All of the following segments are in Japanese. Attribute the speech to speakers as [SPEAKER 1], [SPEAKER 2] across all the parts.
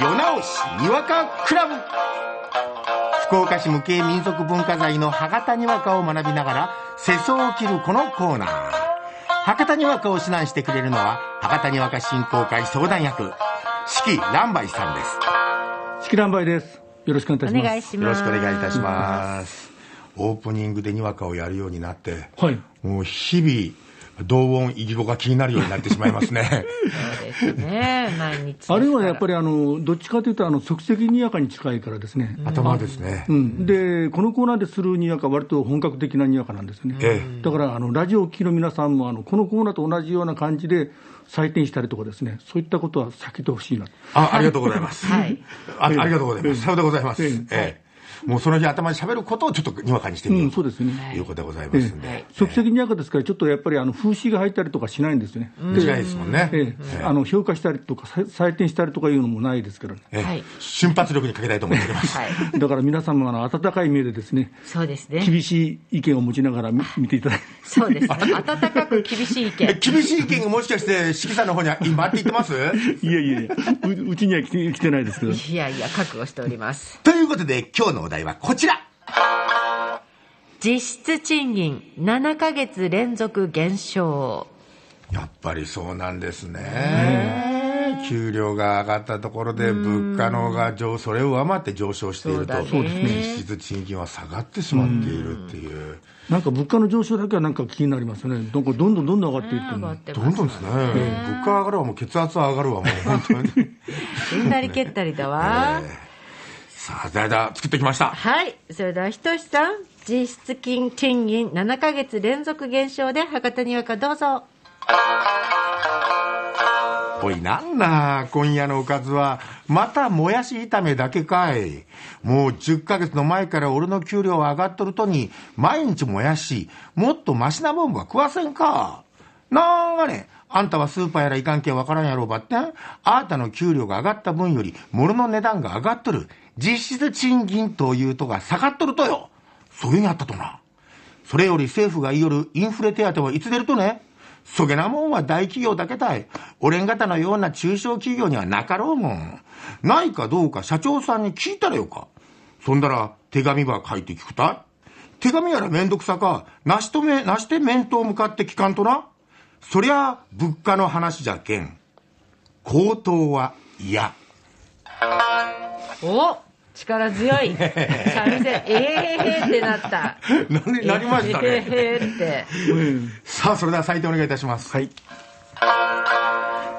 [SPEAKER 1] 夜直しにわかクラブ福岡市無形民俗文化財の博多にわかを学びながら世相を切るこのコーナー博多にわかを指南してくれるのは博多にわか振興会相談役四季蘭梅さんです
[SPEAKER 2] 式乱梅です。よろしくお願いいたします。
[SPEAKER 3] 願いし
[SPEAKER 1] よ
[SPEAKER 3] ま
[SPEAKER 1] ろし
[SPEAKER 3] す。
[SPEAKER 1] くお願いいたしますオープニングでにわかをやるようになって
[SPEAKER 2] はい。
[SPEAKER 1] もう日々同音異義語が気になるようになってしまいます ね
[SPEAKER 3] そうですね、毎日。
[SPEAKER 2] あるいはやっぱりあの、どっちかというと、あの、即席にやかに近いからですね。
[SPEAKER 1] 頭ですね、
[SPEAKER 2] うん。で、このコーナーでするにやか、割と本格的なにやかなんですよね。
[SPEAKER 1] ええ
[SPEAKER 2] だから、あの、ラジオを聴きの皆さんも、あの、このコーナーと同じような感じで、採点したりとかですね、そういったことは避けてほしいなと。
[SPEAKER 1] あありがとうございます、
[SPEAKER 3] はい
[SPEAKER 1] あありがとうございますさようでございます、
[SPEAKER 2] え
[SPEAKER 1] ええ、もうその日頭で喋ることをちょっとにわかにしてみ
[SPEAKER 2] う、
[SPEAKER 1] ようん
[SPEAKER 2] そうですね。
[SPEAKER 1] ということでございますんで、
[SPEAKER 3] はい
[SPEAKER 2] 即席にやかですから、ちょっとやっぱりあの風刺が入ったりとかしないんですよね。
[SPEAKER 1] 間違いないですもんね、
[SPEAKER 2] え
[SPEAKER 1] え
[SPEAKER 2] え、
[SPEAKER 1] え
[SPEAKER 2] あの評価したりとか、さ採点したりとかいうのもないですからね。
[SPEAKER 1] ええ
[SPEAKER 3] はい
[SPEAKER 1] 瞬発力にかけたいと思っております、
[SPEAKER 3] はい。
[SPEAKER 2] だから皆様の温かい目でですね、
[SPEAKER 3] そうですね。
[SPEAKER 2] 厳しい意見を持ちながら見見ていただいて、
[SPEAKER 3] そうですね。温かく厳しい意
[SPEAKER 1] え
[SPEAKER 3] 見。
[SPEAKER 1] 厳しい意見がもしかして、四季さんの方には今って言ってます
[SPEAKER 2] いやいやいや、ううちには来て来てないですけど、
[SPEAKER 3] いやいや、覚悟しております。
[SPEAKER 1] ということで、今日のお題はこちら。
[SPEAKER 3] 実質賃金7ヶ月連続減少。
[SPEAKER 1] やっぱりそうなんですね。給料が上がったところで物価のが上それを上回って上昇していると
[SPEAKER 3] そうだね
[SPEAKER 1] 実質賃金は下がってしまっているっていう
[SPEAKER 2] なんか物価の上昇だけはなんか気になりますよね、なんかどんどんどんどん上がっていく
[SPEAKER 3] 上がっ
[SPEAKER 2] の
[SPEAKER 3] て
[SPEAKER 1] どん
[SPEAKER 3] ます。
[SPEAKER 1] どんですね物価上がるわ もう血圧は上がるわもう本当に
[SPEAKER 3] 踏んだり蹴ったりだわ。
[SPEAKER 1] さあ誰だ作ってきました
[SPEAKER 3] はい。それでは、ひとしさん、実質金賃金7ヶ月連続減少で博多にわかどうぞ。
[SPEAKER 1] おいなんだ今夜のおかずはまたもやし炒めだけかいもう10ヶ月の前から俺の給料は上がっとるとに毎日もやしもっとマシなもんは食わせんかなんがねあんたはスーパーやらいかんけんわからんやろうばってんあんたの給料が上がった分より物の値段が上がっとる実質賃金というとが下がっとるとよそれにあったとなそれより政府が言いよるインフレ手当はいつ出るとねそげなもんは大企業だけたい。俺ん方のような中小企業にはなかろうもん。ないかどうか社長さんに聞いたらよか。そんだら手紙ば書いて聞くたい。手紙やらめんどくさか、なしとめ、なして面と向かって聞かんとな。そりゃ物価の話じゃけん。高騰は 嫌。
[SPEAKER 3] お力強い。三味線、ええーってなった。
[SPEAKER 1] なり、なりましたね。
[SPEAKER 3] えーって。
[SPEAKER 1] さあ、それでは採点お願いいたします。はい。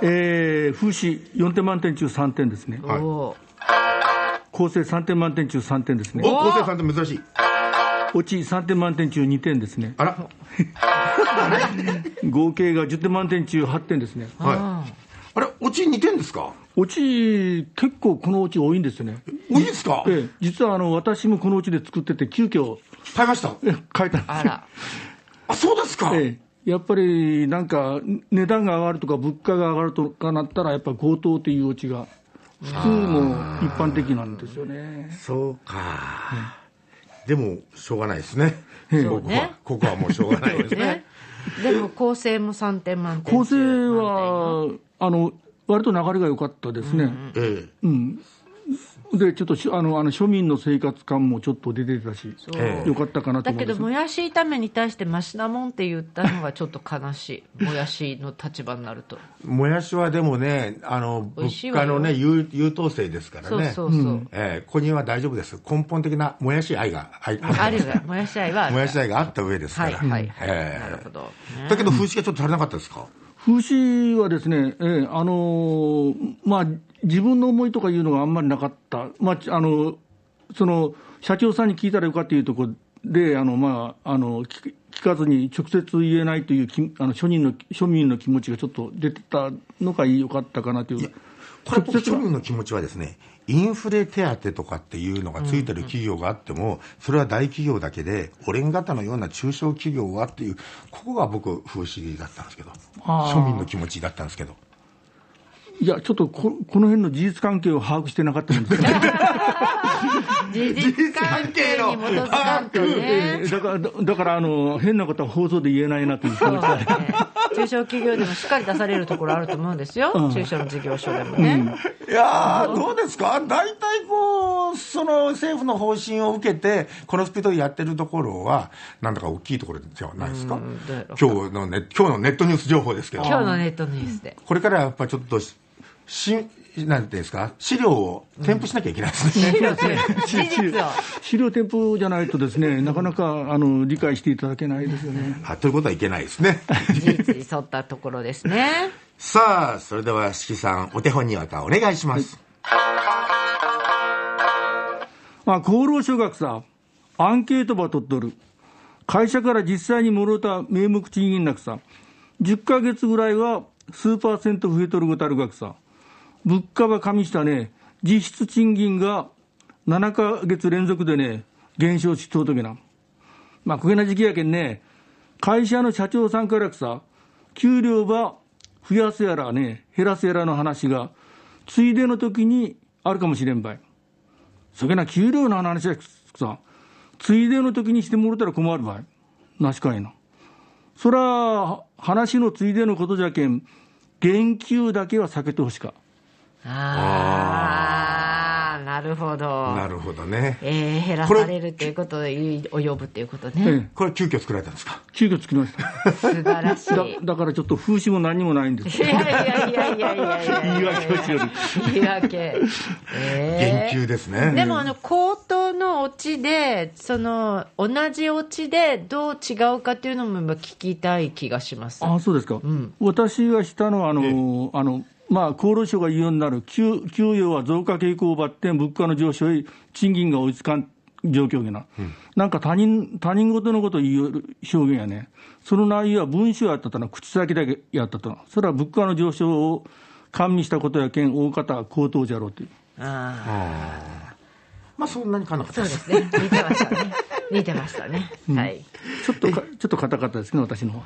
[SPEAKER 2] えー、風刺4点満点中3点ですね、
[SPEAKER 1] はい
[SPEAKER 3] おー
[SPEAKER 2] 構成3点満点中3点ですね、
[SPEAKER 1] お、昴生さんって珍しい。
[SPEAKER 2] 落ち3点満点中2点ですね、
[SPEAKER 1] あら。
[SPEAKER 2] 合計が10点満点中8点ですね、
[SPEAKER 1] はい。あれ、オチ似てんですか
[SPEAKER 2] 落ち、結構この落ち多いんですよね。
[SPEAKER 1] 多いですか
[SPEAKER 2] ええ、実はあの私もこのうちで作ってて、急遽
[SPEAKER 1] 買いました。
[SPEAKER 2] え変えたんです
[SPEAKER 3] あ
[SPEAKER 2] よ
[SPEAKER 3] ら。
[SPEAKER 1] あ、そうですか
[SPEAKER 2] ええやっぱりなんか、値段が上がるとか、物価が上がるとかなったら、やっぱ強盗というオチが、普通も一般的なんですよね。
[SPEAKER 1] そうか。でも、しょうがないですね。
[SPEAKER 3] そうね
[SPEAKER 1] ここは、ここはもうしょうがないですね
[SPEAKER 3] ね。。でも構成も3点満点。
[SPEAKER 2] 構成。は、あの割と流れが良かったですね。
[SPEAKER 1] ええ。
[SPEAKER 2] で、ちょっとしあのあの庶民の生活感もちょっと出てたし、
[SPEAKER 1] ええ
[SPEAKER 2] 良かったかなと
[SPEAKER 3] だ
[SPEAKER 2] 思
[SPEAKER 3] け
[SPEAKER 2] いま
[SPEAKER 3] ど、
[SPEAKER 2] す。
[SPEAKER 3] もやし炒めに対してマシなもんって言ったのがちょっと悲しい。もやしの立場になると。
[SPEAKER 1] もやしはでもね、あの、
[SPEAKER 3] 美
[SPEAKER 1] 物
[SPEAKER 3] 味しいわ
[SPEAKER 1] 価
[SPEAKER 3] よ
[SPEAKER 1] のね、優優等生ですから
[SPEAKER 3] そう
[SPEAKER 1] ね。
[SPEAKER 3] そうそう。
[SPEAKER 1] ええ、ここには大丈夫です。根本的なもやし愛が、愛
[SPEAKER 3] あるが、もやし愛はある
[SPEAKER 1] も
[SPEAKER 3] が。
[SPEAKER 1] やし愛があった上ですか
[SPEAKER 3] はい
[SPEAKER 1] ら。
[SPEAKER 3] はいはい。
[SPEAKER 1] え
[SPEAKER 3] なる
[SPEAKER 1] え
[SPEAKER 3] ほど。ね
[SPEAKER 1] だけど、風刺がちょっと足りなかったですか
[SPEAKER 2] 風刺はですね、ええあのーまあ、自分の思いとかいうのがあんまりなかった、まあちあのその社長さんに聞いたらよかっていうところで、あのまあ、あの聞聞かずに直接言えないというきあの庶民の庶民の気持ちがちょっと出てたのが良かったかなという。
[SPEAKER 1] これ、
[SPEAKER 2] 直接
[SPEAKER 1] 庶
[SPEAKER 2] は
[SPEAKER 1] 民の気持ちはですね、インフレ手当とかっていうのがついてる企業があっても、それは大企業だけで、俺ん方のような中小企業はっていう、ここが僕、風刺だったんですけど、
[SPEAKER 2] あー
[SPEAKER 1] 庶民の気持ちだったんですけど、
[SPEAKER 2] いや、ちょっとここの辺の事実関係を把握してなかったんですけど、
[SPEAKER 3] 事実関係に基づかんとね。
[SPEAKER 2] だからだだからあの変なことは放送で言えないなという気
[SPEAKER 3] そう
[SPEAKER 2] 持ち
[SPEAKER 3] ね
[SPEAKER 2] が。
[SPEAKER 3] 中小企業でもしっかり出されるところあると思うんですよ、中小の事業所でもね。
[SPEAKER 1] いやー、どうですか、大体こう、その政府の方針を受けて、このスピードでやってるところは、なんだか大きいところじゃないですか、
[SPEAKER 3] うんで
[SPEAKER 1] 今日のね今日のネットニュース情報ですけど、
[SPEAKER 3] 今日のネットニュースで。
[SPEAKER 1] これからやっぱりちょっとし、しなんていうんですか、資料を添付しなきゃいけないですね。
[SPEAKER 3] 資料添付事実を。
[SPEAKER 2] 資料添付じゃないとですね、なかなかあの理解していただけないですよね。
[SPEAKER 1] あということはいけないです ね。
[SPEAKER 3] 事実に沿ったところですね。
[SPEAKER 1] さあ、それでは、しきさん、お手本にわかお願いします。
[SPEAKER 2] まあ、厚労省がさ、アンケートば取っとる。会社から実際にもろうた名目賃金額さ、10ヶ月ぐらいは数パーセント増えとるごたる額さ、物価は加味したね、実質賃金が7ヶ月連続でね、減少しとうとけな。まあ、こげな時期やけんね、会社の社長さんからさ、給料ば増やすやらね、減らすやらの話が、ついでの時にあるかもしれんばい。そげな給料の話はさ、ついでの時にしてもろたら困るばい。なしかいな。そら、話のついでのことじゃけん、言及だけは避けてほしか。
[SPEAKER 3] ああ、なるほど。
[SPEAKER 1] なるほどね。
[SPEAKER 3] えー減らされるということで及ぶということ
[SPEAKER 2] え
[SPEAKER 3] ね。
[SPEAKER 2] え、
[SPEAKER 1] これ、急遽作られたんですか。
[SPEAKER 2] 急遽つきました。
[SPEAKER 3] 素晴らしい。
[SPEAKER 2] だだからちょっと風刺も何にもないんです。
[SPEAKER 3] いやいやいやいやいやいや。
[SPEAKER 2] 言い訳をしよる。
[SPEAKER 3] 言い訳。え
[SPEAKER 1] 言
[SPEAKER 3] ー
[SPEAKER 1] 及ですね。
[SPEAKER 3] でもあの口頭のオチでその同じオチでどう違うかっていうのも今聞きたい気がします。
[SPEAKER 2] あそうですか、私がしたのはあの、あのまあ、厚労省が言うようになる給、給与は増加傾向をばってん、物価の上昇へ賃金が追いつかん状況にな、なんか他人他人事のことを言う表現やね、その内容は文章やったとな、口先だけやったとな、それは物価の上昇を完備したことやけん、大方は口頭じゃろうという。
[SPEAKER 3] あ
[SPEAKER 1] まあ、そんなにかなかっ
[SPEAKER 3] ー
[SPEAKER 1] た
[SPEAKER 3] そう
[SPEAKER 1] で。
[SPEAKER 3] ですすね。似てましたね。似てましたね。はい。
[SPEAKER 2] ちょっとか、ちょっと硬かったですけど、私の方は。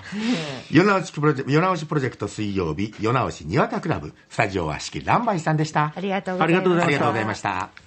[SPEAKER 1] 世直しプロジェクト、世直しプロジェクト水曜日、世直しにわかクラブ、スタジオは四季乱梅さんでした。
[SPEAKER 3] ありがとうご
[SPEAKER 2] あ
[SPEAKER 3] ざい
[SPEAKER 2] り
[SPEAKER 3] ま
[SPEAKER 2] が
[SPEAKER 1] あ
[SPEAKER 2] とうございました
[SPEAKER 3] す
[SPEAKER 1] りがとうございました。